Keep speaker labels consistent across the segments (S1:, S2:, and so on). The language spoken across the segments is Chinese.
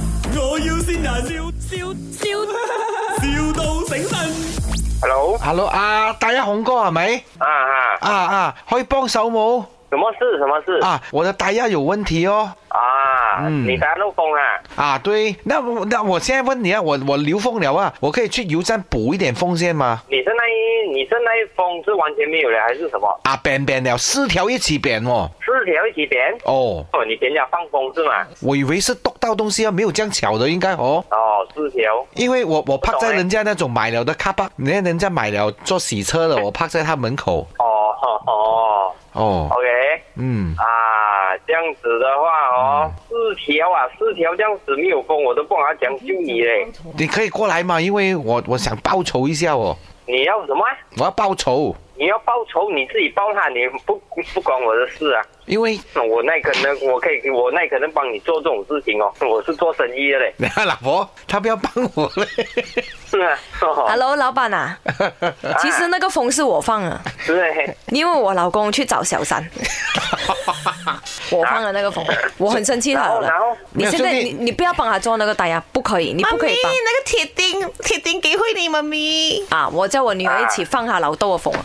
S1: 要先人，笑笑笑，,笑到醒神。
S2: Hello，
S3: Hello 啊，大家红哥系咪？
S2: 啊啊，
S3: 啊啊，可以帮手冇？
S2: 什么事？什么事？
S3: 啊，我的打压有问题哦。
S2: 啊，
S3: 嗯
S2: 你打漏风啊？
S3: 啊，对，那我那我现在问你啊，我我流风了啊，我可以去油站补一点风线吗？
S2: 你是那一你是那一风是完全没有的，还是什么？
S3: 啊，扁扁了，四条一起扁哦。
S2: 四条一起点？
S3: 哦，
S2: 哦，你点了放风是吗？
S3: 我以为是剁到东西啊，没有这样巧的，应该哦。
S2: 哦，四条。
S3: 因为我我趴
S2: 懂
S3: 在
S2: 欸
S3: 人家那种买了的卡巴，人家人家买了做洗车的，我趴在他门口。
S2: 哦哦哦
S3: 哦，
S2: ，OK，
S3: 嗯，
S2: 啊，这样子的话哦，四条啊，四条这样子没有风，我都不好讲究你嘞。
S3: 你可以过来嘛，因为我我想报仇一下哦，
S2: 你要什么啊？
S3: 我要报仇，
S2: 你要报仇，你自己报他，你不不关我的事啊。
S3: 因为，
S2: 我那可能我可以，我那可能帮你做这种事情哦。我是做生意的嘞
S3: 你看老婆，她不要帮我 嘞。
S2: 是啊，哦，
S4: Hello，老板 啊，其实那个风是我放的，
S2: 是嘞，
S4: 因为我老公去找小三，我放的那个风，我很生气他
S2: 然后啊然
S4: 了。
S2: 后
S4: 你现在
S3: 没有
S4: 你
S3: 兄弟
S4: 你不要帮他做那个打压，不可以，你不可以帮
S5: 咪，那个铁钉，铁钉给回你，妈咪。
S4: 啊！我叫我女儿一起放下老豆的
S3: 啊
S4: 风，啊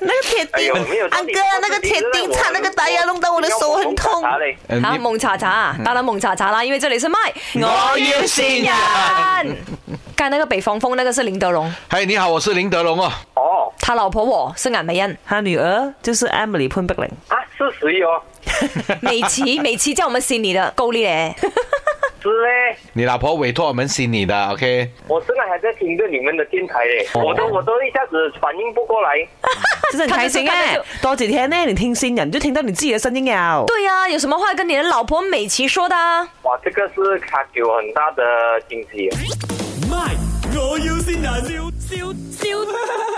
S5: 那个 铁
S2: 哎
S5: 钉，
S2: 呦，没有道
S5: 安
S2: 理
S5: 哥，那个铁钉插那个打牙弄到我的手很痛。
S2: 嘞。
S3: 嗯
S4: 啊，
S3: 你
S4: 蒙查查啊，当然蒙查查啦，因为这里是麦，我
S3: 要先
S4: 人。刚才那个北方风那个是林德龙，
S3: 嗨，你好，我是林德龙哦。
S2: 哦
S4: 他老婆我是颜 美欣，
S5: 他女儿就是 Emily 潘碧玲。
S2: 啊，是谁哦？
S4: 美琪美琪叫我们心里的够力嘞。
S2: 是嘞，
S3: 你老婆委托我们信你的，OK？
S2: 我真的还在听着你们的电台嘞，
S5: 哦
S2: 我都我都一下子反应不过来。
S5: 真係很開心
S4: 看得出
S5: 嘅，多謝聽呢，你聽線人都聽到你自己嘅聲音有。
S4: 对呀、有什么话跟你的老婆美琪说的、啊？
S2: 哇，这个是卡给我很大的惊喜。啊
S1: 卖，我要先人，笑笑笑，